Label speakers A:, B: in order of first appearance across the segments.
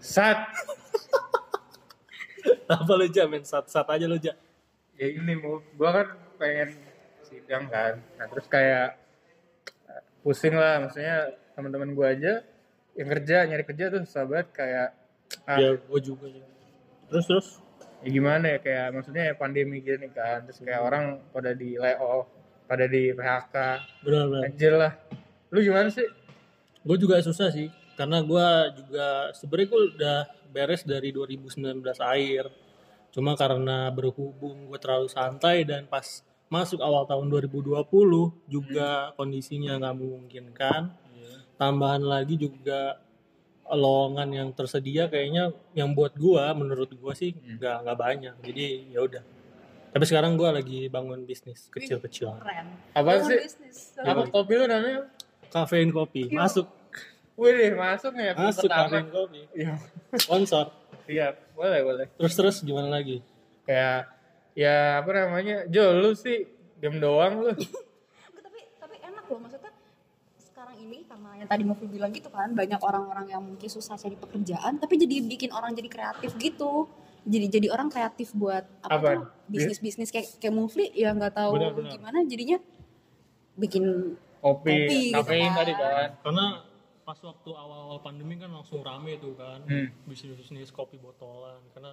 A: Sat.
B: Apa lu Ja main sat-sat aja lu Ja.
A: ya ini mau gua kan pengen sidang kan nah terus kayak eh, pusing lah maksudnya teman-teman gua aja yang kerja nyari kerja tuh sahabat kayak ah,
B: Ya gua juga ya. Terus terus.
A: ya gimana ya kayak maksudnya ya pandemi gini kan terus kayak orang pada di layoff pada di PHK
B: Benar benar.
A: anjir lah lu gimana sih
B: Gua juga susah sih karena gua juga sebenarnya gua udah beres dari 2019 akhir. Cuma karena berhubung gue terlalu santai dan pas masuk awal tahun 2020 juga kondisinya nggak kan. memungkinkan. tambahan lagi juga lowongan yang tersedia kayaknya yang buat gua menurut gua sih
A: Hmm.
B: nggak nggak banyak jadi ya udah tapi sekarang gua lagi bangun bisnis kecil-kecilan
C: keren.
A: apa
C: Bangun
A: sih
C: bisnis.
A: apa kopi lu namanya
B: kafein kopi
C: Yuk.
B: masuk
A: wih deh masuk nih episode
B: masuk
A: pertama.
B: kafein kopi
A: iya
B: sponsor
A: iya boleh boleh
B: terus terus gimana lagi
A: kayak ya apa namanya Jo lu sih diam doang lu
C: Enggak, tapi tapi enak loh maksudnya sekarang ini karena yang tadi Novi bilang gitu kan banyak orang-orang yang mungkin susah cari pekerjaan tapi jadi bikin orang jadi kreatif gitu jadi jadi orang kreatif buat apa,
A: Apa?
C: tuh bisnis bisnis kayak kayak Mufli ya nggak tahu
B: Benar, benar.
C: gimana jadinya bikin Kopi
A: kopi,
C: gitu
A: kafein
C: kan.
A: tadi kan
B: karena pas waktu awal-awal pandemi kan langsung rame tuh kan
A: Hmm.
B: bisnis-bisnis kopi botolan karena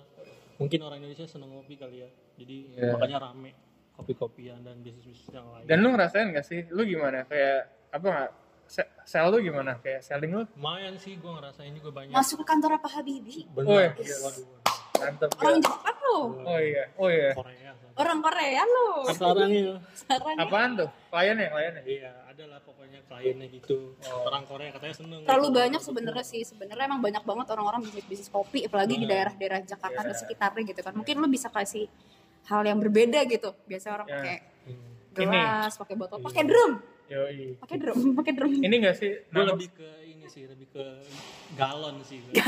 B: mungkin orang Indonesia seneng kopi kali ya jadi
A: Iya.
B: makanya rame kopi-kopian dan bisnis-bisnis yang lain
A: Dan lu ngerasain gak sih? Lu gimana? Kayak apa nggak? se- Sell lu gimana? Kayak selling lu?
B: lumayan sih gue ngerasain juga banyak
C: masuk ke kantor apa Habibie
B: bener
A: Woi.
B: Yes. waduh,
A: Oh, iya. Mantep
C: orang
A: ya.
C: Jepang lo
A: Oh iya, oh iya.
B: Iya, Korea
C: orang Korea lo
B: sekarang ya
C: sekarang ya.
A: Apaan tuh? Klien ya, klien ya?
B: iya ada lah pokoknya kliennya gitu orang Korea katanya seneng Iya.
C: terlalu banyak sebenarnya sih sebenarnya emang banyak banget orang-orang bisnis bisnis kopi apalagi di daerah-daerah Jakarta dan
A: Yeah.
C: sekitarnya gitu kan mungkin lo bisa kasih hal yang berbeda gitu biasanya orang
A: Yeah.
C: pakai
B: hmm.
C: gelas pakai botol pakai drum
A: Yoi.
C: pakai drum pakai drum
A: Ini gak sih?
B: gue
A: nama-
B: lebih ke ini sih lebih ke galon sih gua.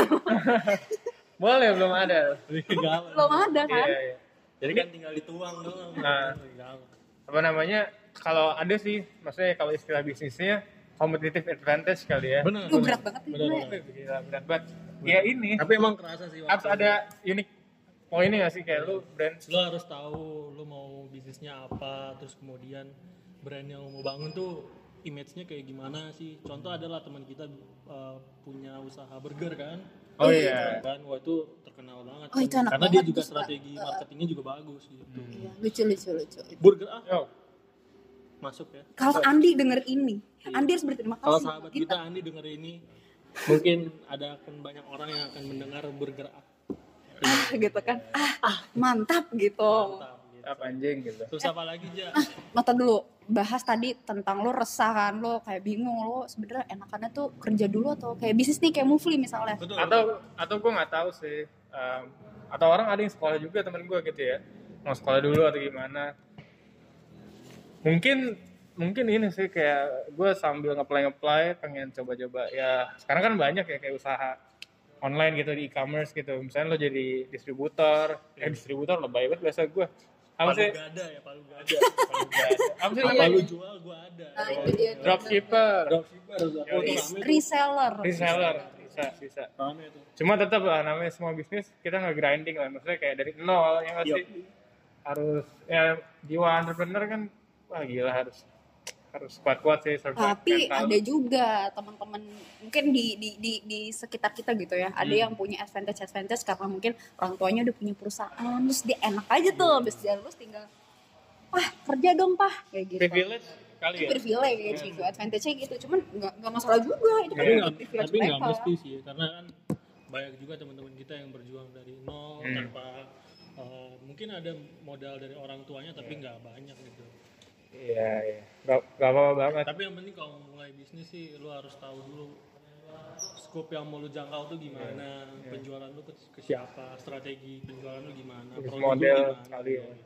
A: Boleh belum ada.
B: lebih ke galon
C: belum ada
A: Iya,
C: kan
A: iya.
B: jadi kan tinggal dituang doang
A: Nah.
B: galon
A: Apa namanya? Kalau ada sih, maksudnya kalau istilah bisnisnya competitive advantage kali ya.
B: bener
C: Duh, berat banget nih
B: Bener,
C: gue.
B: bener.
A: Gila, berat banget. Ya ini,
B: tapi emang kerasa sih
A: harus
B: waktu
A: ada unik poinnya gak sih? Kayak lu brand
B: lo harus tahu lo mau bisnisnya apa terus kemudian brand yang lo mau bangun tuh image-nya kayak gimana sih contoh adalah teman kita eh, punya usaha burger kan
A: Oh iya.
B: kan wah itu terkenal banget
C: Oh, itu enak
B: karena dia
C: banget,
B: juga
C: gue suka.
B: strategi marketingnya juga bagus gitu
C: Iya, lucu lucu lucu
B: burger ah
A: Yo,
B: masuk ya
C: kalau Andi denger ini Andi harus berterima kasih gitu,
B: kalau
C: sama
B: sahabat kita Andi denger ini mungkin ada akan banyak orang yang akan mendengar burger ah
C: ah gitu kan ah, ah mantap gitu
B: Mantap, gitu.
A: apa anjing gitu.
B: terus apa lagi ja
C: Ah. mata dulu bahas tadi tentang lo resah kan lo kayak bingung lo sebenarnya enakannya tuh kerja dulu atau kayak bisnis nih kayak Mufli misalnya
B: betul
A: atau atau gue nggak tahu sih um, atau orang ada yang sekolah juga temen gue gitu ya mau sekolah dulu atau gimana mungkin mungkin ini sih kayak gue sambil ngeplay ngeplay pengen coba-coba ya sekarang kan banyak ya kayak usaha online gitu di e-commerce gitu misalnya lo jadi distributor ya
B: Iya.
A: distributor lebay banget biasa gue apa
B: palu
A: sih
B: gada ya palu gada
A: apa sih
B: apa lu jual gua ada
C: Nah, itu dia.
A: dropshipper
B: dropshipper tuh
A: Yoi.
B: rame
C: Res-
B: tuh.
C: reseller
A: reseller bisa bisa
B: rame tuh
A: cuma tetap lah namanya semua bisnis kita nggak grinding lah maksudnya kayak dari nol yang pasti harus ya jiwa entrepreneur kan wah gila harus harus kuat kuat sih survive
C: tapi
A: mental.
C: ada juga teman-teman mungkin di, di di di sekitar kita gitu ya ada yang punya advantage advantage karena mungkin orang tuanya udah punya perusahaan terus dia enak aja tuh habis dia lulus tinggal wah kerja dong pah kayak gitu
A: privilege kali ya
C: privilege gitu advantage-nya gitu cuman nggak nggak masalah juga itu kan
B: tapi
A: Iya.
B: nggak
C: privilege
B: tapi nggak
C: mereka.
A: ya.
B: mesti sih karena kan banyak juga teman-teman kita yang berjuang dari nol
A: Hmm.
B: tanpa eh, mungkin ada modal dari orang tuanya tapi nggak banyak gitu
A: iya iya gak, gak apa-apa banget
B: tapi yang penting kalau mau mulai bisnis sih lu harus tahu dulu scope yang mau lu jangkau tuh gimana
A: Iya.
B: penjualan lu ke, ke siapa strategi penjualan lu gimana
A: Bisnis
B: produk lu
A: model
B: gimana,
A: kali ya.
B: yoi.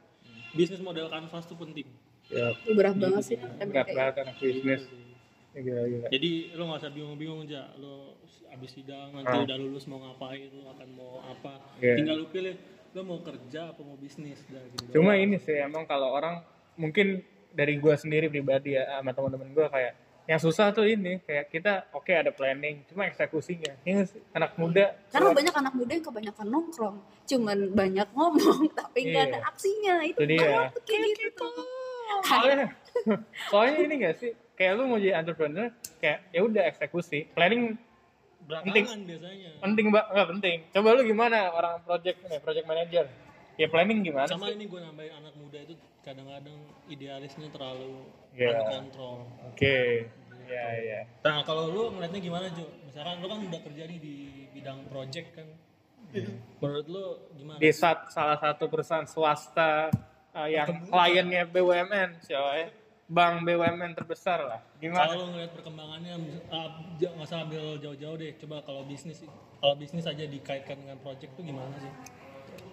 B: bisnis model kanvas tuh penting
A: ya
C: Itu berat banget sih kan
A: berat banget anak bisnis
B: Gitu sih.
A: Ya, gila gila
B: Jadi lo nggak usah bingung-bingung aja, lo abis sidang nanti udah lulus mau ngapain, lo akan mau apa,
A: Ah. Iya.
B: tinggal lo pilih lo mau kerja apa mau bisnis dah gitu.
A: cuma ini sih emang kalau orang mungkin dari gue sendiri pribadi ya sama teman-teman gue kayak yang susah tuh ini kayak kita oke ada planning cuma eksekusinya ini sih, anak muda
C: Karena
A: keluar-
C: banyak anak muda yang kebanyakan nongkrong, cuman banyak ngomong tapi nggak ada
A: Iya.
C: aksinya itu.
A: Itu dia.
C: orang tuh kayak gitu. tuh.
A: soalnya soalnya ini gak sih kayak lu mau jadi entrepreneur kayak ya udah eksekusi planning
B: belakangan biasanya
A: penting mbak nggak penting coba lu gimana orang project eh, project manager ya planning gimana
B: sama
A: sih?
B: ini gue nambahin anak muda itu kadang-kadang idealisnya terlalu kan,
A: Iya.
B: out of control
A: oke ya ya
B: nah kalau lu ngeliatnya gimana Jo? misalkan lu kan udah kerja nih di bidang project kan menurut lu gimana?
A: di sat- salah satu perusahaan swasta eh, yang kliennya BUMN coy bank BUMN terbesar lah gimana
B: Kalau ngeliat perkembangannya, ah, j- nggak usah ambil jauh-jauh deh. Coba kalau bisnis, kalau bisnis aja dikaitkan dengan project tuh gimana sih?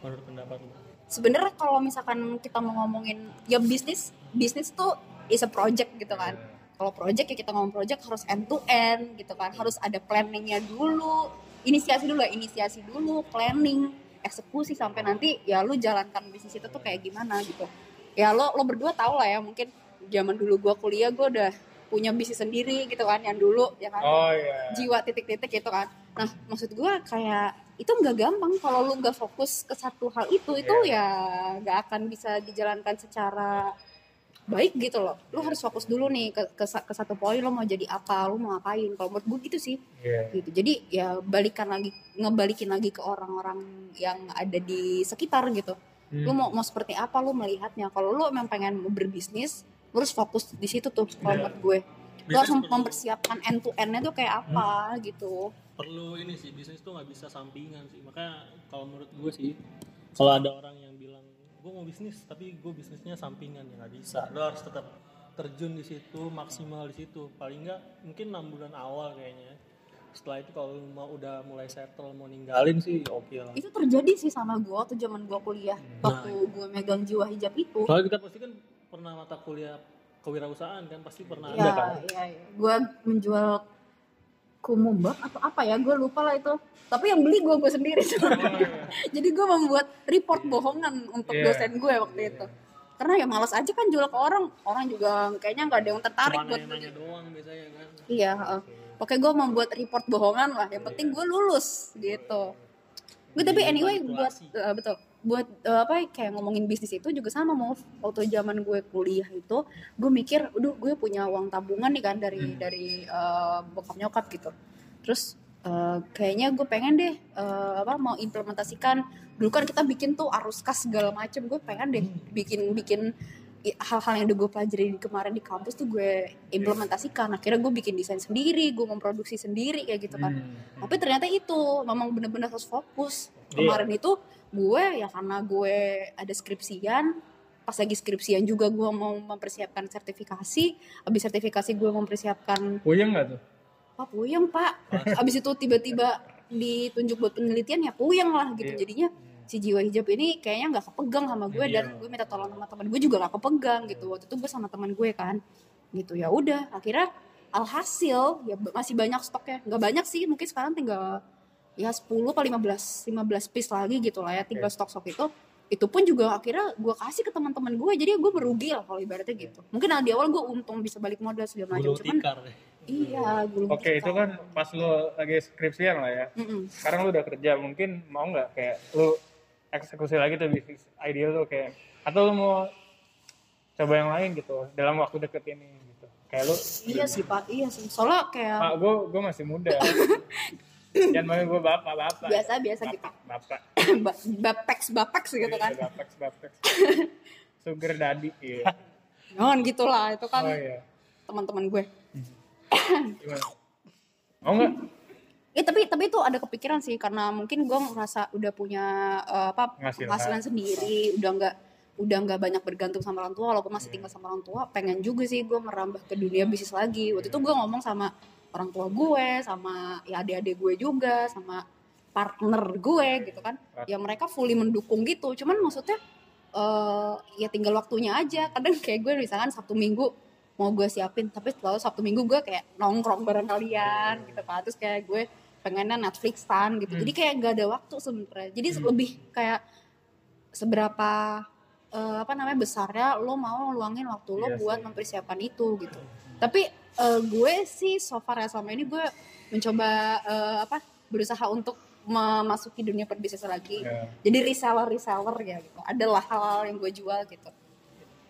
B: Menurut pendapat lu?
C: Sebenarnya kalau misalkan kita mau ngomongin ya bisnis, bisnis tuh is a project gitu kan. Kalau project ya kita ngomong project harus end to end gitu kan. Harus ada planningnya dulu, inisiasi dulu ya, inisiasi dulu, planning, eksekusi sampai nanti ya lu jalankan bisnis itu tuh kayak gimana gitu. Ya lo lo berdua tau lah ya mungkin zaman dulu gua kuliah gua udah punya bisnis sendiri gitu kan yang dulu ya kan
A: oh iya
C: jiwa titik-titik gitu kan. Nah, maksud gue kayak itu nggak gampang kalau lu nggak fokus ke satu hal itu itu ya nggak akan bisa dijalankan secara baik gitu loh. Lu harus fokus dulu nih ke ke, sa- ke satu poin lo mau jadi apa, lu mau ngapain. Kalau menurut gue gitu sih.
A: Iya.
C: Gitu. Jadi ya balikan lagi ngebalikin lagi ke orang-orang yang ada di sekitar gitu. Lu mau mau seperti apa lu melihatnya? Kalau lu emang pengen berbisnis, lu harus fokus di situ tuh kalau
B: Iya.
C: menurut gue lo harus
B: Bisnis perlu-
C: mempersiapkan end to endnya tuh kayak apa gitu
B: perlu ini sih bisnis tuh nggak bisa sampingan sih. Makanya kalau menurut gue sih, kalau ada orang yang bilang gue mau bisnis tapi gue bisnisnya sampingan ya nggak bisa. Lo harus tetap terjun di situ maksimal di situ. Paling nggak mungkin enam bulan awal kayaknya. ya. Setelah itu kalau lu mau udah mulai settle mau ninggalin sih oke lah.
C: itu terjadi sih sama gue waktu zaman gue kuliah waktu gue megang jiwa hijab itu
B: Soalnya kita pasti kan pernah mata kuliah kewirausahaan kan pasti pernah
C: ya iya iya. gue menjual kumumbak atau apa ya gue lupa lah itu tapi yang beli gue gue sendiri jadi gue membuat report bohongan untuk
A: Iya.
C: dosen gue waktu itu karena ya malas aja kan jual ke orang orang juga kayaknya nggak ada yang tertarik
B: Cuma
C: buat
B: nanya-nanya doang biasanya kan.
C: Iya, heeh. pokoknya gue membuat report bohongan lah. Yang penting gue lulus gitu. Gue tapi anyway buat eh, betul buat eh, apa kayak ngomongin bisnis itu juga sama mau waktu zaman gue kuliah itu gue mikir, aduh gue punya uang tabungan nih kan dari dari eh, bokap nyokap gitu. Terus eh, kayaknya gue pengen deh eh, apa mau implementasikan dulu kan kita bikin tuh arus kas segala macem gue pengen deh bikin bikin i- hal-hal yang udah gue pelajari di- kemarin di kampus tuh gue implementasikan akhirnya gue bikin desain sendiri gue memproduksi sendiri kayak
A: Hmm.
C: gitu kan tapi ternyata itu memang bener-bener harus fokus kemarin itu gue ya karena gue ada skripsian pas lagi skripsian juga gue mau mempersiapkan sertifikasi habis sertifikasi gue mempersiapkan
A: puyeng nggak tuh
C: Pak puyeng pak Abis itu tiba-tiba ditunjuk buat penelitian ya puyeng lah gitu
A: Iya.
C: Jadinya si jiwa hijab ini kayaknya nggak kepegang sama gue Dan gue minta tolong sama teman gue juga nggak kepegang gitu Waktu itu gue sama teman gue kan Gitu ya udah akhirnya alhasil ya b- masih banyak stoknya nggak banyak sih mungkin sekarang tinggal ya 10 atau 15 15 piece lagi gitu lah ya tinggal stok-stok itu itu pun juga akhirnya gue kasih ke teman-teman gue jadi gue merugi lah kalau ibaratnya gitu mungkin di awal gue untung bisa balik modal segala macam
B: Guru
C: cuman
B: tikar deh.
C: Iya, gulung
A: oke itu kan pas lu lagi skripsian lah ya
C: Mm-mm.
A: sekarang lu udah kerja mungkin mau nggak kayak lu eksekusi lagi tuh bisnis ideal tuh kayak atau lu mau coba yang lain gitu dalam waktu deket ini gitu kayak lu
C: Iya sih Pak, iya sih. Soalnya kayak
A: pak gue gue masih muda jangan manggil gue bapak bapak
C: biasa biasa gitu.
A: bapak bapak
C: Ba- bapeks bapeks gitu kan.
A: bapak bapak sugar daddy iya
C: Non gitulah itu
A: oh
C: kan
A: iya
C: teman-teman gue.
A: gimana mau nggak
C: Eh tapi tapi itu ada kepikiran sih karena mungkin gue ngerasa udah punya eh, apa
A: Penghasilan.
C: penghasilan sendiri, udah nggak udah nggak banyak bergantung sama orang tua walaupun
A: Iya.
C: masih tinggal sama orang tua pengen juga sih gue merambah ke dunia bisnis lagi waktu itu gue ngomong sama orang tua gue sama ya adik-adik gue juga sama partner gue gitu kan ya mereka fully mendukung gitu cuman maksudnya eh ya tinggal waktunya aja kadang kayak gue misalkan sabtu minggu mau gue siapin tapi selalu sabtu minggu gue kayak nongkrong bareng kalian gitu kan terus kayak gue pengennya kan
A: Hmm.
C: Netflixan gitu jadi kayak gak ada waktu sebenarnya jadi lebih kayak seberapa eh, apa namanya besarnya lo mau ngeluangin waktu lo
A: Iya
C: buat
A: sih.
C: mempersiapkan itu gitu. Tapi eh, gue sih so far ya selama ini gue mencoba eh, apa berusaha untuk memasuki dunia perbisnisan lagi.
A: Ya.
C: Jadi reseller reseller ya gitu. Adalah hal-hal yang gue jual gitu.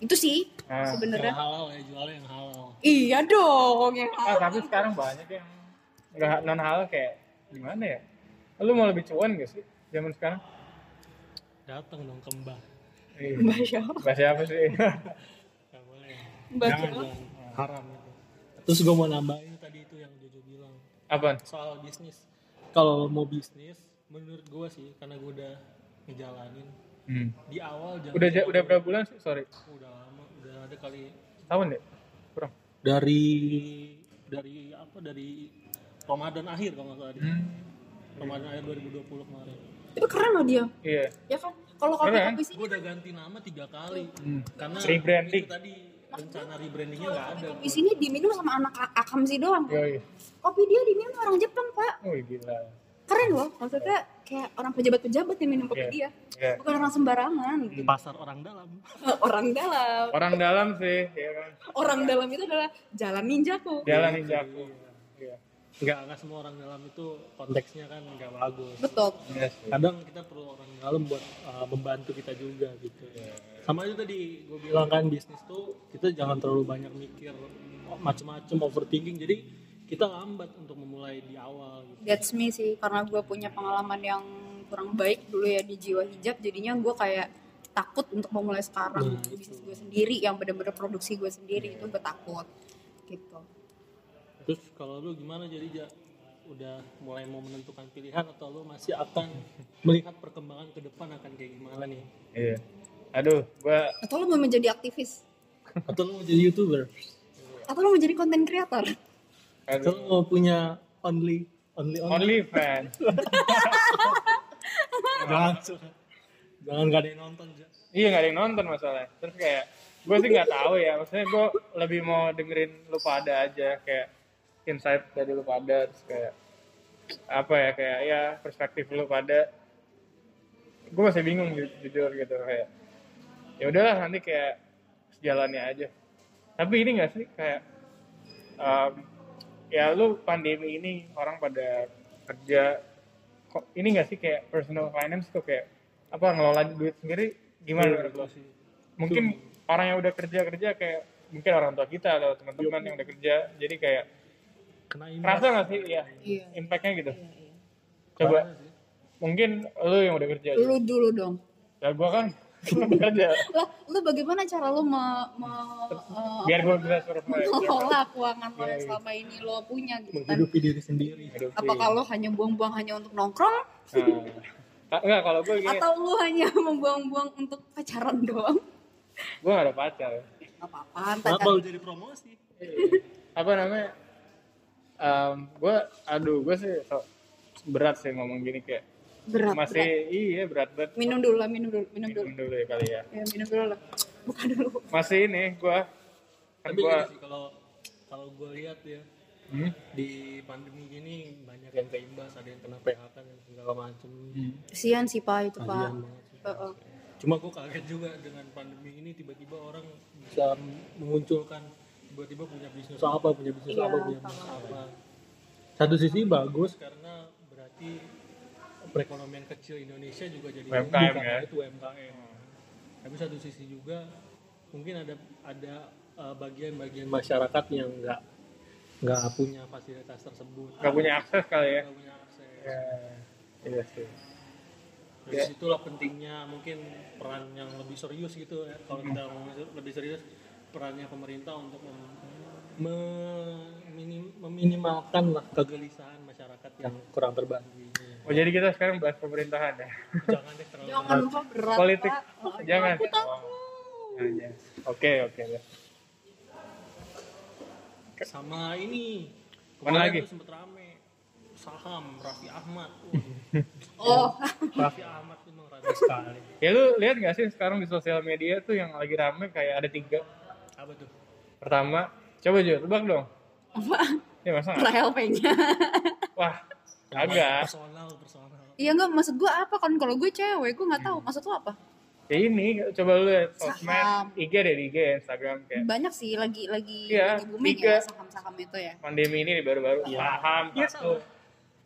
C: Itu sih
A: Nah,
B: Yang
C: sebenarnya.
B: halal ya jualnya yang halal.
C: Iya dong kan? yang
A: ah, tapi sekarang banyak yang nggak non halal kayak gimana ya? Lu mau lebih cuan gak sih zaman sekarang?
B: Datang dong kembang.
A: Iya.
C: Mbak siapa?
A: Bahasa apa sih?
B: Gak boleh.
C: Mbak
B: Jangan,
C: siapa?
B: jangan. Haram itu. Terus gue mau nambahin tadi itu yang Jojo bilang
A: Apaan?
B: soal bisnis. Kalau mau bisnis, menurut gue sih karena gue udah ngejalanin
A: Hmm.
B: di awal jangan
A: Udah ja- udah berapa bulan sih? Sorry.
B: udah lama udah ada kali
A: Tahun deh. Kurang.
B: dari dari apa dari Ramadan akhir kalau nggak salah
A: Hmm.
B: dia. Ramadan akhir 2020 kemarin
C: Tapi keren loh dia.
A: Iya.
C: Ya kan? Kalau kopi
A: Keren.
C: kopi sini
B: gue udah ganti nama tiga kali
A: Hmm.
B: karena
A: Rebranding.
B: itu tadi rencana rebrandingnya nggak ada
C: kopi sini diminum sama anak a- akam sih doang.
A: Yoi.
C: Kopi dia diminum orang Jepang pak.
A: Wih gila.
C: Keren loh. Maksudnya kayak orang pejabat-pejabat yang minum kopi
A: Iya.
C: dia.
A: Iya.
C: Bukan orang sembarangan. gitu.
B: pasar orang dalam
C: Orang dalam.
A: Orang dalam sih, ya kan.
C: Orang dalam itu adalah jalan ninjaku.
A: Jalan ninjaku. Iya.
B: nggak nggak semua orang dalam itu konteksnya kan nggak bagus
C: Betul.
A: Iya sih.
B: kadang kita perlu orang dalam buat uh, membantu kita juga gitu sama itu tadi gue bilang kan bisnis tuh kita jangan terlalu banyak mikir oh, macam-macam overthinking jadi kita lambat untuk memulai di awal gitu.
C: That's me sih. Karena gue punya pengalaman yang kurang baik dulu ya di jiwa hijab. Jadinya gue kayak takut untuk memulai sekarang.
A: Hmm.
B: Nah,
C: Di bisnis gue sendiri yang bener-bener produksi gue sendiri.
A: Iya.
C: Itu gue takut. Gitu.
B: terus kalau lu gimana jadi Ja? udah mulai mau menentukan pilihan atau lu masih akan melihat perkembangan ke depan akan kayak gimana nih
A: Iya. Aduh, gua
C: Atau lo mau menjadi aktivis?
B: atau lu mau jadi youtuber
C: Atau lo mau jadi content creator?
B: atau
A: aduh.
B: lu mau punya only only only
A: Only fans.
B: jangan jangan gak ada yang nonton Ja.
A: Iya nggak ada yang nonton masalahnya. Terus kayak gue sih nggak tahu ya. Maksudnya gue lebih mau dengerin lu pada aja kayak insight dari lu pada terus kayak apa ya kayak ya perspektif lu pada. Gue masih bingung ju- jujur gitu kayak ya udahlah nanti kayak sejalannya aja. Tapi ini nggak sih kayak em, ya lu pandemi ini orang pada kerja kok ini nggak sih kayak personal finance tuh kayak apa ngelola duit sendiri gimana menurut lo? mungkin orang yang udah kerja kerja kayak mungkin orang tua kita atau teman-teman yang udah kerja jadi kayak
B: kena
A: kerasa nggak sih ya
C: Iya.
A: impactnya gitu coba mungkin lu yang udah kerja aja.
C: Lu dulu dong.
A: ya gua kan belum kerja
C: Lah, lu bagaimana cara lu me, me- eh,
A: biar gua bisa survive
C: mengelola keuangan
A: Iya,
C: lo yang selama ini lo punya gitu kan?
B: menghidupi diri sendiri
A: Hidup sih.
C: Apakah lo hanya buang-buang hanya untuk nongkrong?
A: Nah, enggak kalau gue gini
C: Atau lo hanya membuang-buang untuk pacaran doang?
A: gue gak ada pacar
C: Gak apa-apa, ntar
B: Kenapa
C: cari-
B: lu jadi promosi?
A: apa namanya gue aduh gue sih so- berat sih ngomong gini kayak
C: berat,
A: masih
C: berat.
A: iya berat banget
C: Minum dulu lah, minum dulu, minum dulu.
A: minum dulu ya kali ya
C: Ya, minum dulu lah. Buka dulu.
A: masih ini gua kan
B: Tapi
A: gua
B: gini sih kalau kalau gue lihat ya
A: Hmm?
B: di pandemi gini banyak yang keimbas, ada yang kena PHK dan segala macam.
C: Kesian sih, Pak, itu, Pak.
B: Kasihan banget sih.
C: Heeh.
B: Cuma gue kaget juga dengan pandemi ini tiba-tiba orang bisa memunculkan tiba-tiba punya bisnis apa, punya bisnis
C: Iya,
B: apa, punya bisnis apa. Satu sisi bagus karena berarti perekonomian kecil Indonesia juga jadi
A: UMKM
B: tumbuh karena
A: ya.
B: itu UMKM. Tapi satu sisi juga mungkin ada ada eh, bagian-bagian masyarakat yang nggak nggak punya fasilitas tersebut,
A: nggak punya akses kali ya
B: nggak punya akses.
A: iya sih
B: Dari situlah pentingnya mungkin peran yang lebih serius gitu ya. Kalau kita ngomongin ser- lebih serius perannya pemerintah untuk mem- meminim- meminimalkan lah kegelisahan masyarakat yang kurang terbantu ini.
A: oh jadi kita sekarang bahas pemerintahan ya
B: Jangan deh terlalu
C: Jangan, Pak, berat,
A: politik
C: Pak. Oh,
A: jangan Nah, iya. oke oke
B: sama ini.
A: Mana lagi?
B: tuh sempet rame saham Raffi Ahmad. Waduh,
C: Oh,
B: Raffi Ahmad memang rame sekali.
A: ya lu lihat nggak sih sekarang di sosial media tuh yang lagi rame kayak ada tiga
B: Apa tuh?
A: pertama coba aja tebak dong ya masa nggak?
C: PLP-nya.
A: wah agak
B: Personal, personal.
A: Hmm.
C: Iya enggak maksud gue apa kan kalau gue cewek gue nggak tahu maksud lo apa?
A: ya ini coba lu lihat
C: Saham.
A: sosmed IG deh di IG ya, Instagram kayak
C: banyak sih lagi lagi
A: Iya,
C: lagi booming
A: tiga.
C: ya saham-saham itu ya
A: pandemi ini baru-baru
B: Iya.
A: saham
B: Iya,
A: satu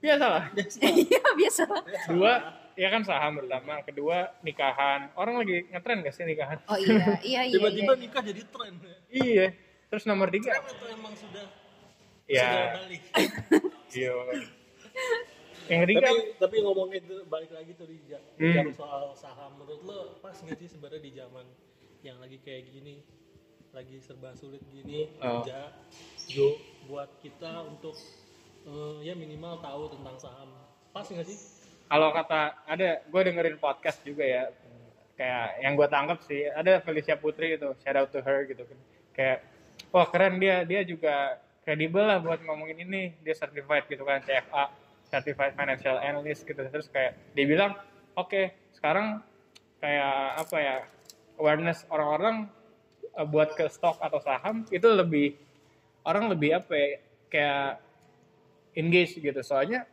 A: biasa lah
C: iya biasa lah
A: dua ya kan saham pertama kedua nikahan orang lagi ngetren gak sih nikahan
C: oh iya iya iya
B: tiba-tiba
C: iya.
B: nikah jadi tren
A: iya terus nomor
B: tren
A: tiga
B: itu emang sudah sudah
A: ya
B: balik
A: iya makanya. yang ketiga
B: tapi tapi ngomongin itu balik lagi tuh di ja-
A: kan- Hmm.
B: jam soal saham menurut lo pas nggak sih sebenarnya di zaman yang lagi kayak gini lagi serba sulit gini
A: Oh.
B: kerja jo buat kita untuk eh, ya minimal tahu tentang saham pas nggak sih
A: kalau kata ada gue dengerin podcast juga ya kayak yang gue tangkap sih ada Felicia Putri itu shout out to her gitu kan kayak wah keren dia dia juga kredibel lah buat ngomongin ini dia certified gitu kan CFA certified financial analyst gitu terus kayak dia bilang oke sekarang kayak apa ya awareness orang-orang eh, buat ke stok atau saham itu lebih orang lebih apa ya kayak engage gitu soalnya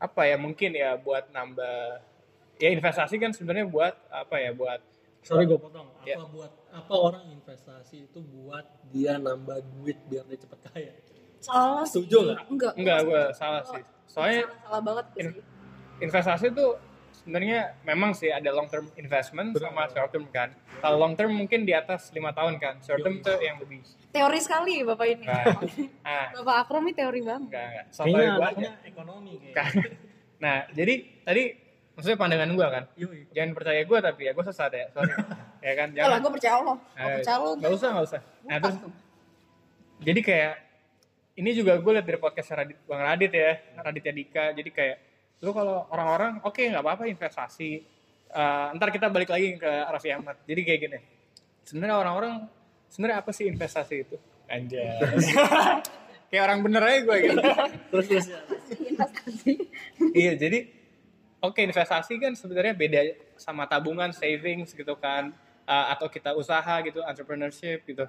A: apa ya mungkin ya buat nambah ya investasi kan sebenarnya buat apa ya buat
B: sorry gue potong apa
A: Ya.
B: buat apa orang investasi itu buat dia nambah duit biar dia cepet kaya
C: salah sih.
B: Setuju nggak?
C: enggak
A: enggak gue salah sih soalnya
C: salah, salah banget
A: in-
C: sih
A: investasi tuh sebenarnya memang sih ada long term investment
B: Betul.
A: sama short term kan kalau long term mungkin di atas lima tahun kan short term tuh yang lebih
C: teori sekali bapak ini
A: nah, ah
C: bapak akram ini teori banget
A: enggak enggak
B: kayaknya
A: sampai gue aja
B: anaknya ekonomi kayak
A: Kan. nah jadi tadi maksudnya pandangan gue kan
B: Yoi.
A: jangan percaya gue tapi ya gue sesat ya sorry ya kan
C: Kalau
A: jangan
C: gue percaya Allah, Gua
A: Eh,
C: percaya Allah.
A: nggak usah nggak usah nah
C: Bukan
A: terus
C: tuh.
A: jadi kayak ini juga gue liat dari podcast Radit, Bang Radit ya, Raditya Dika. Jadi kayak lu kalau orang-orang oke nggak apa-apa investasi. Eh, ntar kita balik lagi ke Raffi Ahmad. Jadi kayak gini. Sebenarnya orang-orang sebenarnya apa sih investasi itu? Anjay. kayak orang bener aja gue gitu.
B: terus terus
C: investasi.
A: iya, jadi oke investasi kan sebenarnya beda sama tabungan, savings gitu kan Eh, atau kita usaha gitu, entrepreneurship gitu.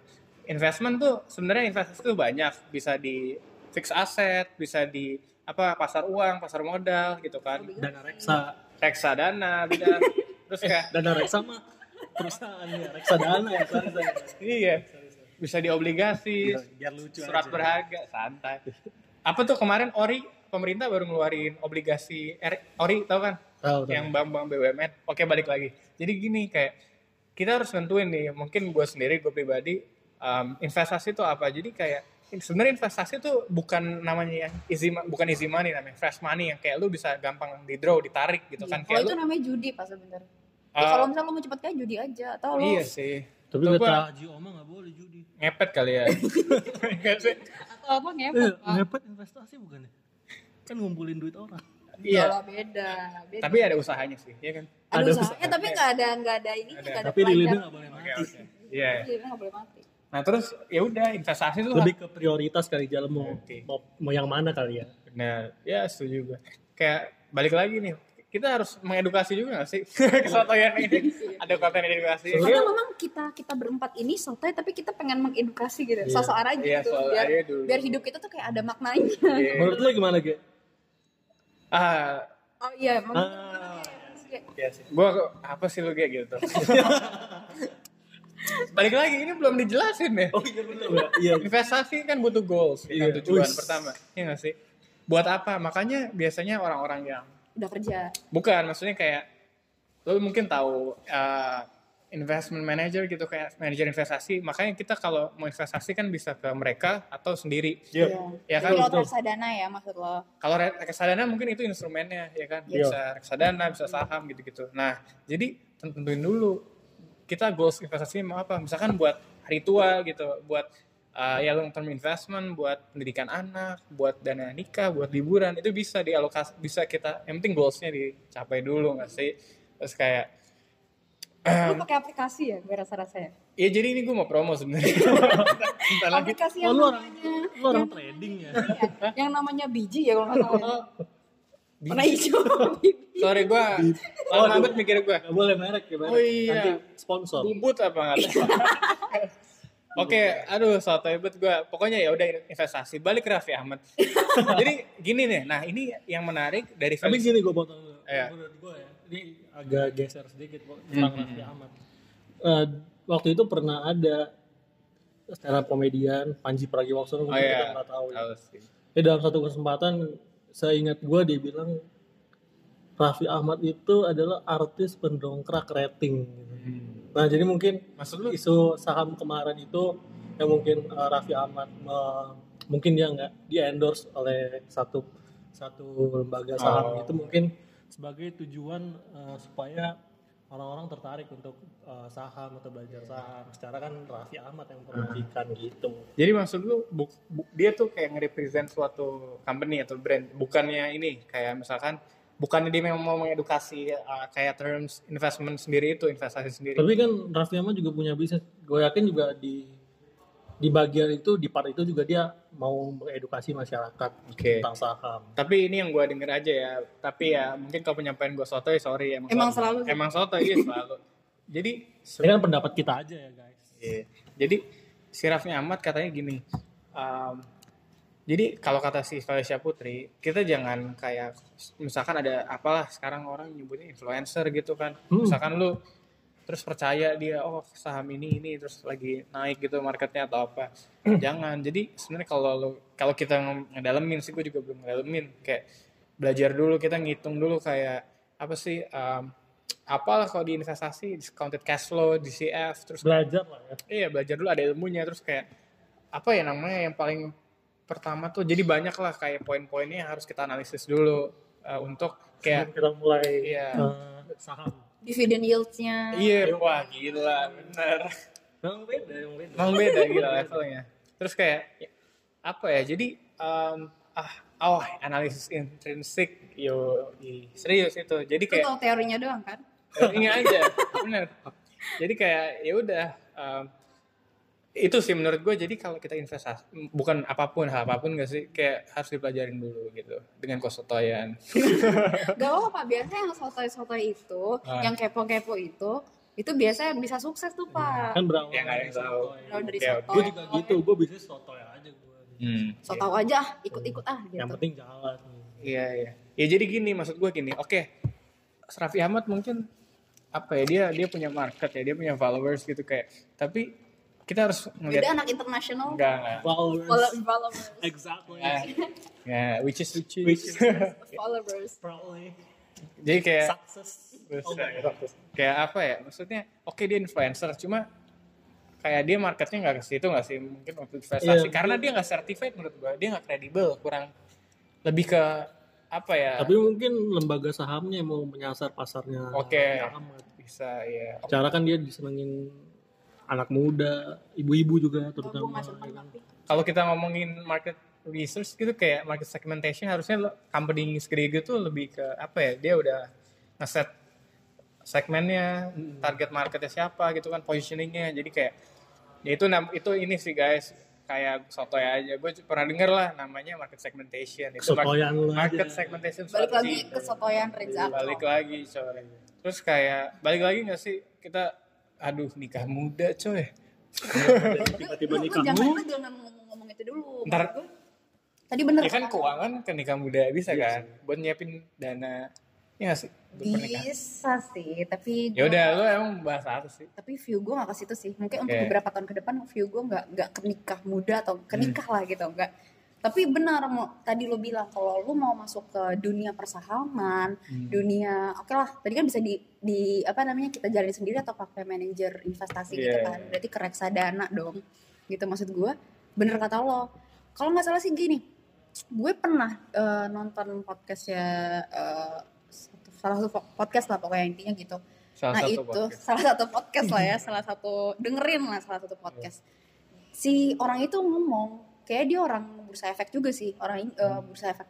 A: Investment tuh sebenarnya investasi tuh banyak, bisa di fixed asset, bisa di apa pasar uang, pasar modal gitu kan.
B: dana reksa
A: Reksadana, bisa terus kayak
B: dana reksa mah perusahaan ya reksadana ya kan
A: iya. Bisa di obligasi,
B: biar lucu
A: surat
B: aja.
A: berharga santai apa tuh kemarin ori pemerintah baru ngeluarin obligasi R- ori tau kan
B: Tahu, tahu.
A: yang bambang bumn oke balik lagi jadi gini kayak kita harus nentuin nih mungkin gue sendiri gue pribadi um, investasi itu apa jadi kayak sebenarnya investasi itu bukan namanya yang easy ma- bukan easy money namanya fresh money yang kayak lu bisa gampang di draw ditarik gitu kan
C: Iya. Kalau
A: kayak
C: itu
A: lu
C: namanya judi pas sebenarnya. Ya,
A: uh,
C: kalau misalnya lo mau cepet kaya judi aja atau lo
A: iya sih
B: tapi
A: Coba.
B: kata Haji Oma nggak boleh judi
A: ngepet kali ya Nggak sih?
C: atau apa ngepet. Pak.
B: Eh, ngepet investasi bukan ya kan ngumpulin duit orang
A: iya
C: Kalau beda, beda.
A: tapi ada usahanya sih ya kan
C: ada
B: ada
C: usahanya tapi nggak ada nggak ada ini
A: Ada.
C: nggak ada
B: tapi lilinnya
C: pelajar.
B: nggak boleh
A: oke
B: mati
A: oke iya
C: Di lilinnya nggak boleh mati.
A: Nah terus ya udah investasi tuh
B: lebih ke prioritas kali jalan mau,
A: Oke.
B: mau mau yang mana kali ya
A: benar. Ya setuju gue. Kayak balik lagi nih, kita harus mengedukasi juga gak sih kesotoyan ini? Ada konten edukasi.
C: Karena memang kita kita berempat ini sotoy tapi kita pengen mengedukasi gitu,
B: Iya.
C: sosok aja
A: Iya,
C: gitu,
A: soal
C: biar,
A: aja dulu.
C: biar hidup kita tuh kayak ada maknanya.
A: Iya.
B: menurut lo gimana ge
A: Ah,
C: Oh iya, emang
B: Ah,
C: kayak-
A: ya sih. Gue apa sih lu kayak gitu? balik lagi ini belum dijelasin ya.
B: oh iya benar iya
A: Investasi kan butuh goals, ya kan,
B: Iya.
A: tujuan
B: Uish.
A: pertama. Iya gak sih? Buat apa? Makanya biasanya orang-orang yang
C: udah kerja.
A: Bukan, maksudnya kayak lo mungkin tahu uh, investment manager gitu kayak manajer investasi. Makanya kita kalau mau investasi kan bisa ke mereka atau sendiri.
B: Iya.
A: Ya kan?
C: Jadi lo
B: betul.
C: reksadana ya maksud lo.
A: Kalau re- reksadana mungkin itu instrumennya ya kan.
B: Iya.
A: Bisa reksadana, bisa saham gitu-gitu. Nah, jadi tent- tentuin dulu kita goals investasi mau apa? Misalkan buat hari tua gitu, buat uh, ya long term investment, buat pendidikan anak, buat dana nikah, buat liburan itu bisa dialokasi, bisa kita yang penting goalsnya dicapai dulu nggak sih? Terus kayak
C: Lo pakai aplikasi ya, gue rasa-rasanya.
A: Ya jadi ini gue mau promo sebenarnya. Bentar lagi.
C: Aplikasi
B: oh
C: yang
B: lo orang
A: Iya,
C: namanya,
B: lo orang trading ya
C: iya, yang namanya biji ya kalau nggak salah. ya. Warna hijau biji.
A: Sorry gue lama banget mikir gue.
B: nggak boleh merek ya merek.
A: Oh, iya.
B: nanti sponsor
A: Bubut apa nggak tahu. Oke, aduh sotoy banget gue. Pokoknya ya udah investasi. Balik ke Raffi Ahmad. jadi gini nih. Nah ini yang menarik dari
B: Tapi
A: Felix-
B: gini gue potong dulu.
A: Iya. Hmm.
B: Menurut gue ya, ini agak geser sedikit tentang Raffi Ahmad. Eh, waktu itu pernah ada stand up komedian Panji
A: Oh
B: Pragiwaksono mungkin kita
A: iya.
B: nggak tahu. Ya.
A: Tahu sih.
B: Eh, dalam satu kesempatan saya ingat gue dia bilang Raffi Ahmad itu adalah artis pendongkrak rating. gitu. Nah jadi mungkin
A: Hmm. Maksud lu
B: isu saham kemarin itu yang mungkin eh, Raffi Ahmad me- mungkin dia nggak di endorse oleh satu satu lembaga saham
A: Oh.
B: itu mungkin sebagai tujuan eh, supaya orang-orang tertarik untuk eh, saham atau belajar saham. Secara kan Raffi Ahmad yang mempromosikan gitu.
A: Jadi maksud lu bu- bu- dia tuh kayak nge-represent suatu company atau brand, bukannya ini kayak misalkan bukannya dia memang mau mengedukasi uh, kayak terms investment sendiri itu investasi sendiri.
B: Tapi kan Raffi Ahmad juga punya bisnis. Gue yakin juga di di bagian itu di part itu juga dia mau mengedukasi masyarakat
A: Oke.
B: tentang saham.
A: Tapi ini yang gua denger aja ya. Tapi ya mungkin kalau penyampaian gua sotoy sorry emang,
C: Emang selalu sih.
A: Emang sotoy iya selalu. Jadi
B: Ini kan pendapat kita aja ya guys.
A: Iya. Jadi si Raffi Ahmad katanya gini. em, jadi kalau kata si Felicia Putri, kita jangan kayak misalkan ada apalah sekarang orang nyebutnya influencer gitu kan.
B: Hmm.
A: Misalkan lu terus percaya dia oh saham ini ini terus lagi naik gitu marketnya atau apa. jangan. Jadi sebenarnya kalau lu- kalau kita nge- ngedalemin sih gue juga belum ngedalemin kayak belajar dulu kita ngitung dulu kayak apa sih em, apalah kalau di investasi discounted cash flow, DCF terus
B: Belajar lah ya.
A: Iya belajar dulu ada ilmunya terus kayak apa ya namanya yang paling pertama tuh jadi banyak lah kayak poin-poinnya yang harus kita analisis dulu eh, untuk kayak
B: Sebelum kita mulai
A: Iya.
B: eh, saham.
C: dividend yieldnya
A: iya wah gila bener
B: Yang beda, yang beda.
A: emang beda gila levelnya terus kayak ya, apa ya jadi em, ah oh analisis intrinsik yo i- serius itu jadi
C: itu
A: kayak
C: tahu teorinya doang kan
A: Ingat aja, bener. Jadi kayak ya udah um, itu sih menurut gue. Jadi kalau kita investasi bukan apapun hal apapun gak sih kayak harus dipelajarin dulu gitu dengan kosotoyan.
C: gak apa biasanya yang sotoy-sotoy itu
A: Ah.
C: yang kepo-kepo itu itu biasanya bisa sukses tuh pak
B: Kan berawal
A: Ya, nggak ada yang
B: dari
A: tahu.
B: sotoy.
C: Kalau dari
A: Oke, oke.
C: sotoy
B: Gue juga gitu, gue bisnis sotoy aja gue.
A: Hmm.
C: so tau aja ah, ikut-ikut ah gitu
B: Yang penting jalan.
A: Iya iya. Ya jadi gini maksud gue gini. Oke, Raffi Ahmad mungkin apa ya dia dia punya market ya dia punya followers gitu kayak. Tapi kita harus
C: beda
A: ngeliat
C: anak internasional
A: enggak enggak.
B: Followers,
C: Follow- followers
B: exactly,
A: Eh, ya, which is which is.
B: Which is-
C: followers
B: proudly,
A: jadi
B: Iya.
A: kayak
B: success.
A: Terus,
B: Oh my
A: kayak-
B: God.
A: kayak apa ya maksudnya oke dia influencer cuma kayak dia marketnya nggak ke situ nggak sih mungkin untuk investasi
B: Iya.
A: karena dia nggak certified menurut gua dia nggak kredibel kurang lebih ke apa ya
B: Tapi mungkin lembaga sahamnya yang mau menyasar pasarnya.
A: Oke.
B: Raffi Ahmad.
A: bisa ya
B: Cara kan dia disenengin anak muda, ibu-ibu juga
C: gue
B: terutama.
C: nggak sempat ngerti
A: kalau kita ngomongin market research gitu kayak market segmentation harusnya lo- company segede gitu lebih ke apa ya dia udah ngeset segmennya target marketnya siapa gitu kan positioningnya jadi kayak ya itu nam- itu ini sih guys kayak sotoy aja gue pernah denger lah namanya market segmentation itu mar-
B: Kesotoyan lu
A: market
B: aja.
A: segmentation
C: balik lagi
A: strategy.
C: ke sotoyan Reza
A: balik lagi coy terus kayak balik lagi gak sih kita aduh nikah muda coy
B: Tiba-tiba
C: Lu- lu
B: nikah
C: jangan
B: mulu.
C: lu jangan ngomong-ngomong itu dulu
A: Ntar.
C: Maksud gua, tadi bener
A: Ya kan
C: kata-
A: keuangan ke nikah muda bisa kan buat nyiapin dana ya gak sih untuk
C: Iya.
A: pernikahan.
C: bisa sih tapi
A: Ya
C: gua-
A: udah lo emang bahas apa sih?
C: tapi view gue gak ke situ sih mungkin untuk
A: Oke. Hmm.
C: beberapa tahun ke depan view gue nggak nggak ke nikah muda atau ke nikah lah gitu nggak tapi benar mau tadi lo bilang kalau lo mau masuk ke dunia persahaman
A: Hmm.
C: dunia oke lah tadi kan bisa di di apa namanya kita jalin sendiri atau pakai manajer investasi gitu
A: Iya.
C: kan berarti ke reksadana dong gitu maksud gue bener kata lo kalau nggak salah sih gini gue pernah eh, nonton podcastnya eh, satu- salah satu po- podcast lah pokoknya intinya gitu
A: Salah
C: nah
A: satu
C: itu salah satu podcast lah ya salah satu dengerin lah salah satu podcast si orang itu ngomong kayak dia orang bursa efek juga sih orang Ing- eh,
A: Hmm.
C: bursa efek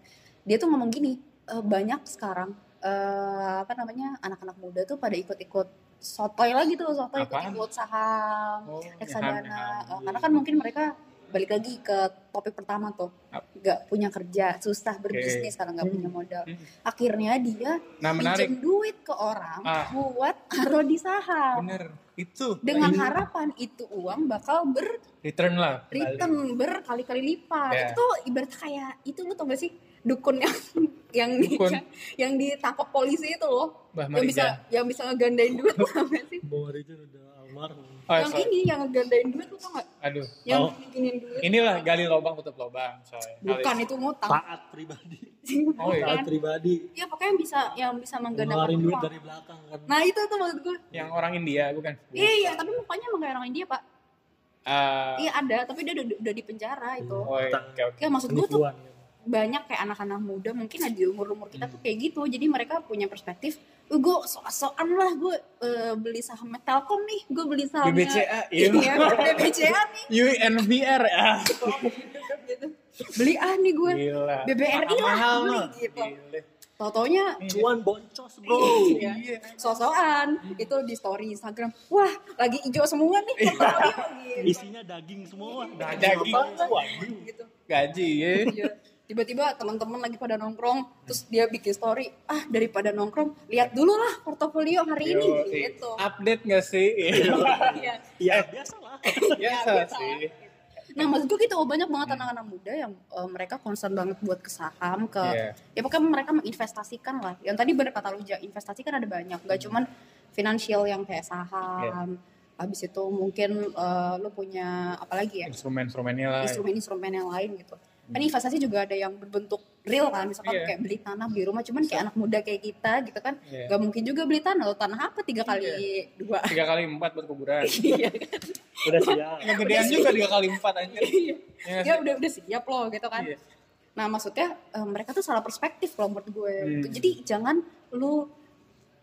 C: dia tuh ngomong gini "Eh, banyak sekarang eh, apa namanya anak-anak muda tuh pada ikut-ikut sotoy lagi tuh sotoy
A: Apaan?
C: ikut-ikut saham
A: Oh,
C: reksadana
A: ham-ham.
C: Eh, karena kan mungkin mereka balik lagi ke topik pertama tuh
A: Ap- Hmm.
C: nggak punya kerja susah berbisnis kalau nggak punya modal akhirnya dia
A: Nah menarik,
C: pinjam duit ke orang
A: Ah.
C: buat taruh di saham
A: bener itu
C: dengan harapan itu uang bakal ber
A: return lah.
C: return berkali-kali lipat
A: Ya.
C: itu tuh ibarat kayak itu lu tau gak sih dukun yang yang di-
A: Dukun. iya.
C: yang ditangkap polisi itu loh
A: Bah
C: yang bisa
A: Marijan.
C: yang bisa ngegandain duit tuh apa sih
B: Bahwa Rizal udah almarhum.
A: Oh,
C: yang
A: sorry.
C: ini yang ngegandain duit tuh tau gak
A: Aduh.
C: yang
B: Oh.
C: bikinin duit
A: Inilah gali lubang tutup lubang, coy.
C: bukan itu ngutang
B: Taat pribadi.
A: Oh iya.
B: Taat pribadi.
C: ya pokoknya yang bisa yang bisa menggandakan
B: Ngeluarin duit
C: uang.
B: dari belakang kan.
C: nah itu tuh maksud gue
A: Yang orang India, bukan?
C: iya tapi mukanya emang kayak orang India pak
A: Ah,
C: iya ada tapi dia udah, udah di penjara itu
A: oh, iya. Oke, oke.
C: ya maksud gue tuh
B: Penipuan.
C: banyak kayak anak-anak muda mungkin ada di umur-umur kita
A: Hmm.
C: tuh kayak gitu jadi mereka punya perspektif "Eh, gue sok-sokan lah gue eh, beli saham Telkom nih gue beli saham
A: BBCA, iya.
C: iya BBCA nih
A: UNVR ah.
C: gitu. beli ah nih gue
A: Gila. Iya.
C: BBRI lah
A: Mahal,
C: Iya, beli
A: mah.
C: gitu
A: Gile.
C: Tau-taunya
B: Cuan boncos bro.
C: Iya. sosokan itu di story Instagram wah lagi hijau semua nih portofolio gitu.
B: Isinya daging semua.
A: Daging.
B: semua.
C: gitu
A: Gaji, ya.
C: Iya. tiba-tiba teman-teman lagi pada nongkrong terus dia bikin story ah daripada nongkrong lihat dulu lah portofolio hari ini
A: Yo, i-
C: gitu
A: Update nggak sih?
C: Iya.
B: Ya biasalah.
A: Biasa sih.
C: nah maksud gue gitu oh, banyak banget anak-anak muda yang eh, mereka concern banget buat ke saham ke
A: Iya.
C: ya pokoknya mereka menginvestasikan lah yang tadi bener kata lu Ja, investasi kan ada banyak gak cuman finansial yang kayak saham habis itu mungkin eh, lu punya apa lagi ya
A: Instrumen-instrumennya lah.
C: instrumen-instrumen yang lain gitu. Kan investasi juga ada yang berbentuk real kan, misalkan
A: Hmm. Iya.
C: kayak beli tanah beli rumah, cuman kayak anak muda kayak kita gitu kan,
A: Iya.
C: nggak mungkin juga beli tanah loh tanah apa tiga kali dua.
A: Tiga kali empat buat kuburan.
C: Iya, kan?
B: Udah ya. siap.
A: Kegedean juga tiga kali empat aja.
C: ya udah udah siap loh gitu kan.
A: Iya.
C: Nah maksudnya eh, mereka tuh salah perspektif loh menurut gue.
A: Hmm.
C: Jadi jangan lu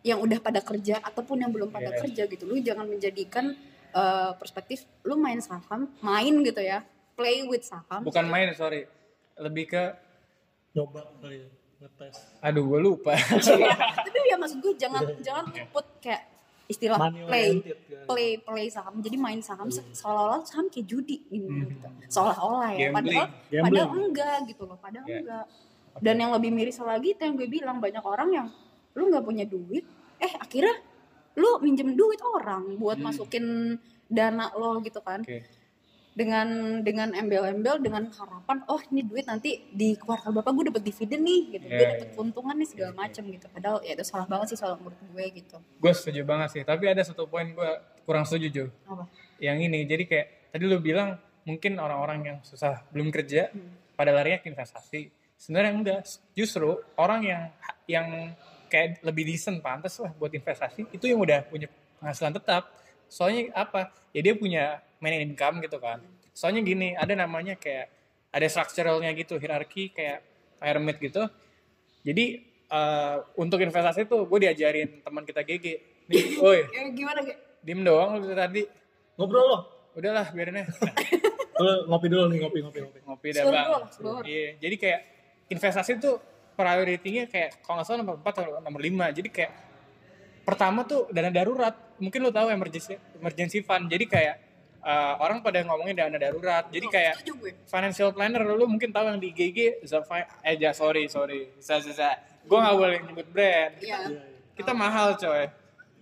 C: yang udah pada kerja ataupun yang belum pada
A: Iya.
C: kerja gitu, lu jangan menjadikan eh, perspektif lu main saham, main gitu ya, play with saham.
A: Bukan main, sorry. Lebih ke,
B: Coba kali ya. Ngetes.
A: aduh gue lupa.
B: Iya.
C: tapi ya maksud gue jangan jangan lu put kayak istilah
B: Money
C: play
B: oriented kan.
C: play play saham jadi main saham se- seolah-olah saham kayak judi gitu seolah-olah ya
A: Gambling.
C: padahal
B: Hmm. Gambling. Iya.
C: padahal enggak gitu loh padahal
A: Ya.
C: enggak dan yang lebih miris lagi itu yang gue bilang banyak orang yang lu nggak punya duit eh akhirnya lu minjem duit orang
B: Hmm.
C: buat masukin dana lo gitu kan
A: Oke.
C: dengan dengan embel-embel dengan harapan oh ini duit nanti di kuartal bapak gue dapet dividen nih gitu
A: Iya,
C: gue dapet
A: iya.
C: keuntungan nih segala macem gitu padahal ya itu salah banget sih soal menurut gue gitu
A: Gue setuju banget sih. Tapi ada satu poin gue kurang setuju, Jo.
C: apa
A: yang ini jadi kayak tadi lu bilang mungkin orang-orang yang susah belum kerja pada larinya ke investasi sebenarnya enggak justru orang yang yang kayak lebih decent pantas lah buat investasi itu yang udah punya penghasilan tetap soalnya apa ya dia punya main income gitu kan soalnya gini ada namanya kayak ada structuralnya gitu hierarki kayak pyramid gitu jadi eh, untuk investasi tuh gue diajarin teman kita GG nih oi
C: ya, gimana Ge?
A: diem doang lu dari tadi
B: Ngobrol loh.
A: udahlah biarin aja
B: Lu ngopi dulu nih ngopi ngopi ngopi.
A: Nah, ngopi dah
C: Seluruh
A: bang
C: doang, seluruh.
A: iya jadi kayak investasi tuh prioritinya kayak kalau nggak salah nomor 4 atau nomor 5 jadi kayak pertama tuh dana darurat mungkin lo tahu emergency emergency fund jadi kayak eh, orang pada ngomongin dana darurat jadi kayak
C: setuju gue
A: financial planner lu mungkin tahu yang di GG Zafai eh ja, sorry sorry Za- za- za. gue nggak boleh nyebut brand
C: Iya.
A: kita mahal coy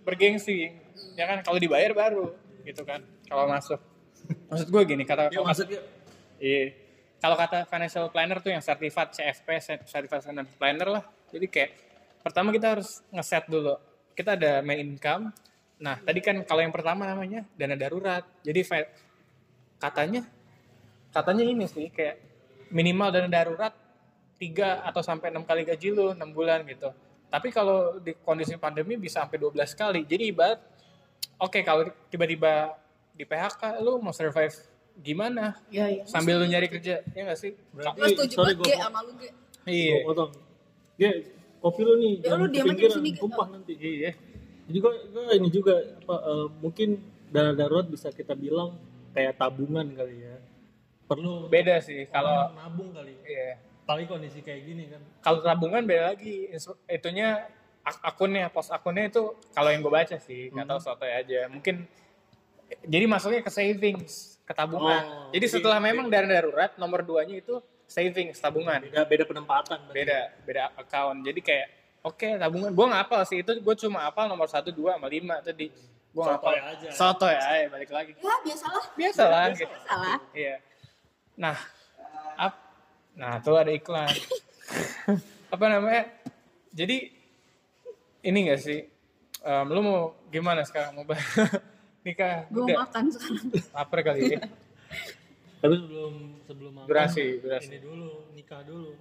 A: bergengsi ya kan kalau dibayar baru gitu kan kalau masuk maksud gue gini kata
B: Yuk masuk yuk.
A: Iya. Kalau kata financial planner tuh yang certified CFP, certified financial planner lah. Jadi kayak pertama kita harus ngeset dulu. Kita ada main income. Nah, tadi kan kalau yang pertama namanya dana darurat. Jadi fi- katanya katanya ini sih kayak minimal dana darurat 3 atau sampai 6 kali gaji lu 6 bulan gitu. Tapi kalau di kondisi pandemi bisa sampai 12 kali. Jadi ibarat oke kalau tiba-tiba di PHK lu mau survive gimana?
C: Iya, iya.
A: sambil lu nyari kerja ya nggak sih
C: gue setuju
B: sorry,
C: banget
B: gua-
C: Ge sama lu Ge
B: Gue
A: iya
B: potong. Ge, kopi lu nih.
C: Ya,
B: jangan
C: lu diam aja di
B: kepinggiran,
C: sini, Ge.
B: Tumpah nanti.
A: iya
B: Jadi gue gue ini juga apa eh, mungkin dana darurat bisa kita bilang kayak tabungan kali ya. Perlu
A: beda sih kalau
B: orang nabung kali. ya.
A: iya
B: Apalagi kondisi kayak gini kan.
A: kalau tabungan beda lagi Instru- itunya ak- akunnya pos akunnya itu kalau yang gue baca sih nggak tahu sotoy aja mungkin jadi masuknya ke savings ke tabungan
B: Oh,
A: jadi
B: jadi-
A: setelah memang dana darurat nomor duanya itu savings tabungan
B: Beda beda penempatan. berarti.
A: beda beda account jadi kayak oke tabungan gue nggak apal sih itu gue cuma apal nomor satu dua sama lima tadi gue nggak apal
B: Sotoy aja.
A: sotoy aja balik lagi
C: ya biasalah
A: biasa lah gitu.
C: biasalah
A: Iya. Nah, up. Nah, tuh ada iklan. apa namanya jadi ini gak sih em, lu mau gimana sekarang mau bah- nikah
C: Gue
A: muda
C: makan sekarang.
A: lapar kali ya
B: Tapi sebelum sebelum makan,
A: durasi durasi
B: ini dulu nikah dulu.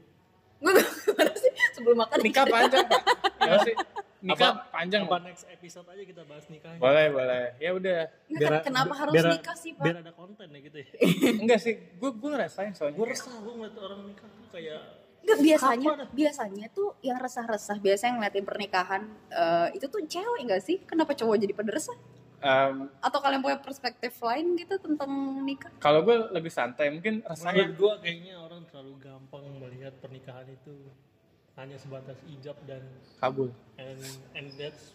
C: Gue gimana sih sebelum makan?
A: nikah panjang pak Gimana sih? nikah
B: Apa-
A: panjang
B: Apa next episode aja kita bahas nikahnya.
A: boleh boleh ya udah
C: Nah,
B: Biar-
C: kenapa harus
B: biar-
C: nikah sih pak?
B: Biar ada konten ya gitu ya.
A: enggak sih gue gue ngerasain soalnya
B: gue resah gue ngeliat orang nikah tuh kayak
C: Enggak biasanya
B: Kapan?
C: biasanya tuh yang resah-resah biasanya yang ngeliatin pernikahan eh, itu tuh cewek nggak sih? Kenapa cowok jadi pada resah?
A: Em,
C: Atau kalian punya perspektif lain gitu tentang nikah?
A: kalau gue lebih santai mungkin
B: menurut
A: rasanya
B: gue kayaknya orang terlalu gampang melihat pernikahan itu hanya sebatas ijab dan
A: kabul
B: and and that's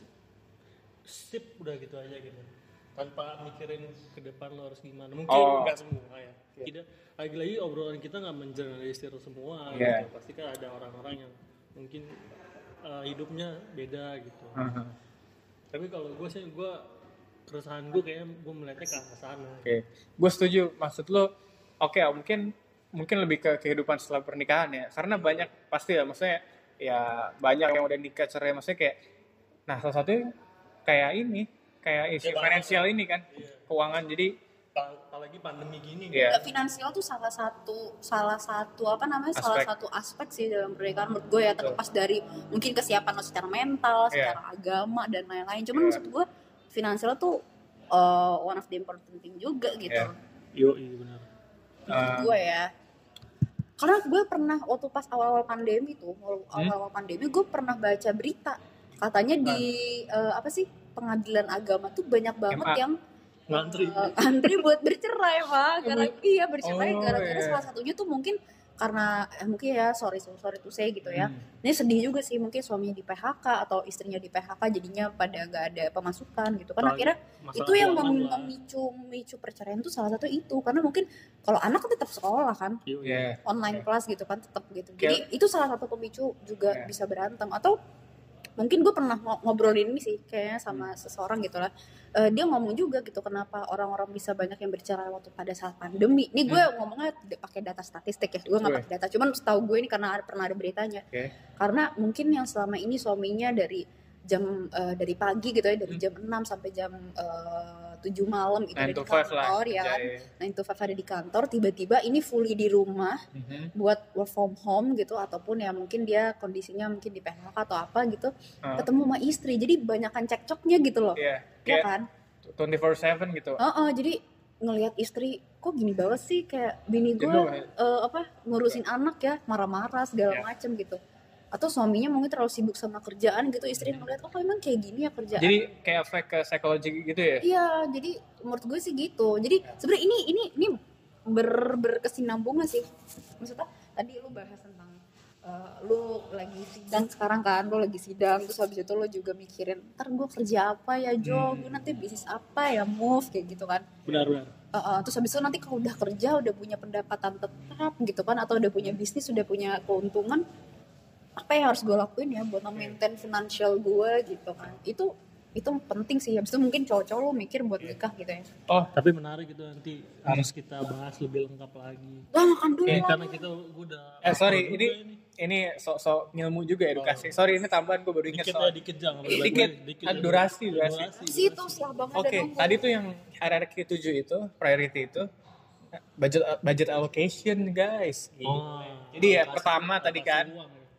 B: sip udah gitu aja gitu tanpa mikirin ke depan lo harus gimana mungkin
A: Oh.
B: nggak semua ya tidak lagi-lagi obrolan kita nggak menjeneralisir semua
A: Iya.
B: gitu pasti kan ada orang-orang yang mungkin uh, hidupnya beda gitu
A: Aha,
B: tapi kalau gue sih gue keresahan gue kayaknya gue melihatnya ke arah sana
A: oke gue setuju maksud lo oke mungkin mungkin lebih ke kehidupan setelah pernikahan ya karena banyak pasti ya maksudnya ya banyak yang udah nikah cerai maksudnya kayak nah salah satunya kayak ini kayak isu
B: Ya, Pak.
A: finansial ini kan
B: Iya.
A: keuangan jadi
B: Pa- apalagi pandemi gini
A: ya
C: Nggak, finansial tuh salah satu salah satu apa namanya salah
A: Aspek.
C: satu aspek sih dalam pernikahan menurut gue ya terlepas dari mungkin kesiapan lo secara mental,
A: Iya.
C: secara agama dan lain-lain. Cuman
A: Iya.
C: maksud gue finansial tuh eh, one of the important thing juga gitu.
A: Iya.
B: yo iya benar
C: menurut
A: Um,
C: gue ya karena gue pernah waktu pas awal-awal pandemi tuh awal-
A: Hmm?
C: awal-awal pandemi gue pernah baca berita katanya di eh, apa sih pengadilan agama tuh banyak banget
A: MA.
C: yang
B: ngantri
C: eh, antri buat bercerai pak karena iya bercerai
A: Oh,
C: gara-gara
A: iya.
C: salah satunya tuh mungkin karena eh, mungkin ya sorry so- sorry tuh saya gitu ya
A: hmm.
C: ini sedih juga sih mungkin suaminya di PHK atau istrinya di PHK jadinya pada gak ada pemasukan gitu kan
B: Apalagi
C: akhirnya
B: Masalah
C: itu yang
B: keuangan
C: mem-
B: lah.
C: memicu memicu perceraian tuh salah satu itu karena mungkin kalau anak kan tetap sekolah kan
B: Yo, yo.
A: ya
C: online
A: Oke.
C: kelas gitu kan tetap gitu. Jadi itu salah satu pemicu juga
A: Oke.
C: bisa berantem atau mungkin gue pernah ngo- ngobrolin ini sih kayaknya
A: Hmm.
C: sama seseorang gitu lah. Eh, dia ngomong juga gitu kenapa orang-orang bisa banyak yang bercerai waktu pada saat pandemi. Ini gue
A: Hmm.
C: ngomongnya tidak pakai data statistik ya, gue nggak
A: Boleh.
C: pakai data. Cuman setahu gue ini karena ada- pernah ada beritanya.
A: Oke.
C: Karena mungkin yang selama ini suaminya dari jam eh, dari pagi gitu ya dari
A: Hmm.
C: jam 6 sampai jam eh, 7 malam itu
A: 9
C: dari
A: to 5 lah
C: kantor
A: kerja,
C: ya kan.
A: ya.
C: 9 to 5 ada di kantor tiba-tiba ini fully di rumah
A: Mhm.
C: buat work from home gitu ataupun ya mungkin dia kondisinya mungkin di PHK atau apa gitu
A: Ah.
C: ketemu sama istri jadi banyakan cekcoknya gitu loh
A: Iya,
C: ya
A: kayak
C: kan Oh,
A: 24/7 gitu.
C: Heeh, jadi ngelihat istri kok gini banget sih kayak bini gue
A: Jenuh ya?
C: eh, apa ngurusin anak ya marah-marah segala
A: Ya.
C: macem gitu atau suaminya mungkin terlalu sibuk sama kerjaan gitu istri
A: Hmm.
C: ngeliat oh emang kayak gini ya kerjaan
A: Jadi kayak efek ke psikologi gitu ya.
C: Iya, jadi menurut gue sih gitu. Jadi sebenarnya ini ini ini ber berkesinambungan sih. Maksudnya tadi lu bahas tentang eh, lu lagi sidang sekarang kan, lu lagi sidang terus habis itu lu juga mikirin, ntar gue kerja apa ya Jo, gue nanti bisnis apa ya move kayak gitu kan.
B: benar benar
C: Eh, eh, terus habis itu nanti kalau udah kerja udah punya pendapatan tetap gitu kan, atau udah punya bisnis, udah punya keuntungan, apa yang harus gue lakuin ya buat maintain financial gue gitu kan? Itu itu penting sih. Habis itu mungkin cowok-cowok lo mikir
A: Iya.
C: buat nikah gitu ya.
A: Oh,
B: tapi menarik itu nanti harus kita bahas lebih lengkap lagi
C: Lah makan dulu.
B: Eh,
C: lah.
B: karena kita gua udah
A: Iya. eh sorry,
B: Gua
A: ini
B: juga
A: ini sok-sok ilmu juga edukasi. Sorry, ini tambahan gue baru ingat
B: dikit
A: soal.
B: lah dikit ya. jangan
A: Dikit. Ah, durasi, durasi.
C: Situ sih abang
A: Oke,
C: ada nunggu.
A: tadi tuh yang hierarki 7 itu, priority itu budget budget allocation, guys. Gila.
B: Oh,
A: Jadi ya pertama tadi kan.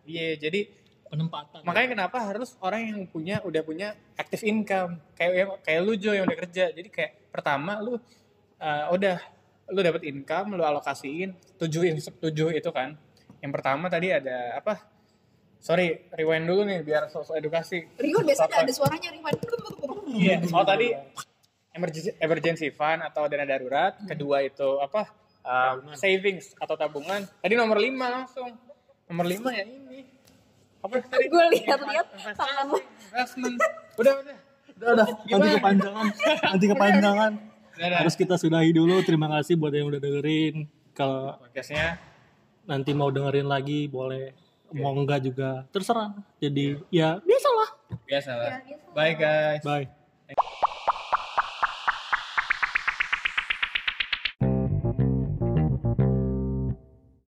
A: Iya, jadi
B: ya. penempatan
A: makanya kenapa harus orang yang punya udah punya active income kayak yang- kayak lu Jo yang udah kerja. Jadi kayak pertama lu eh, udah lu dapat income, lu alokasiin tujuh in- tujuh itu kan. Yang pertama tadi ada apa? Sorry, rewind dulu nih biar sosok edukasi.
C: Rio
A: Apa?
C: biasanya ada suaranya Rio.
A: Iya. Oh tadi emergency, emergency fund atau dana darurat. Kedua itu apa? um, savings atau tabungan. Tadi nomor lima langsung. Nomor lima ya ini. Apa tadi?
C: Gue lihat-lihat tangan lo.
A: Investment. Udah udah.
B: udah udah nanti
A: Gimana?
B: kepanjangan nanti kepanjangan
A: Udah udah.
B: harus kita sudahi dulu terima kasih buat yang udah dengerin kalau
A: Podcastnya.
B: nanti mau dengerin lagi boleh mau enggak juga terserah jadi ya biasalah
A: Biasa lah. Bye guys.
B: bye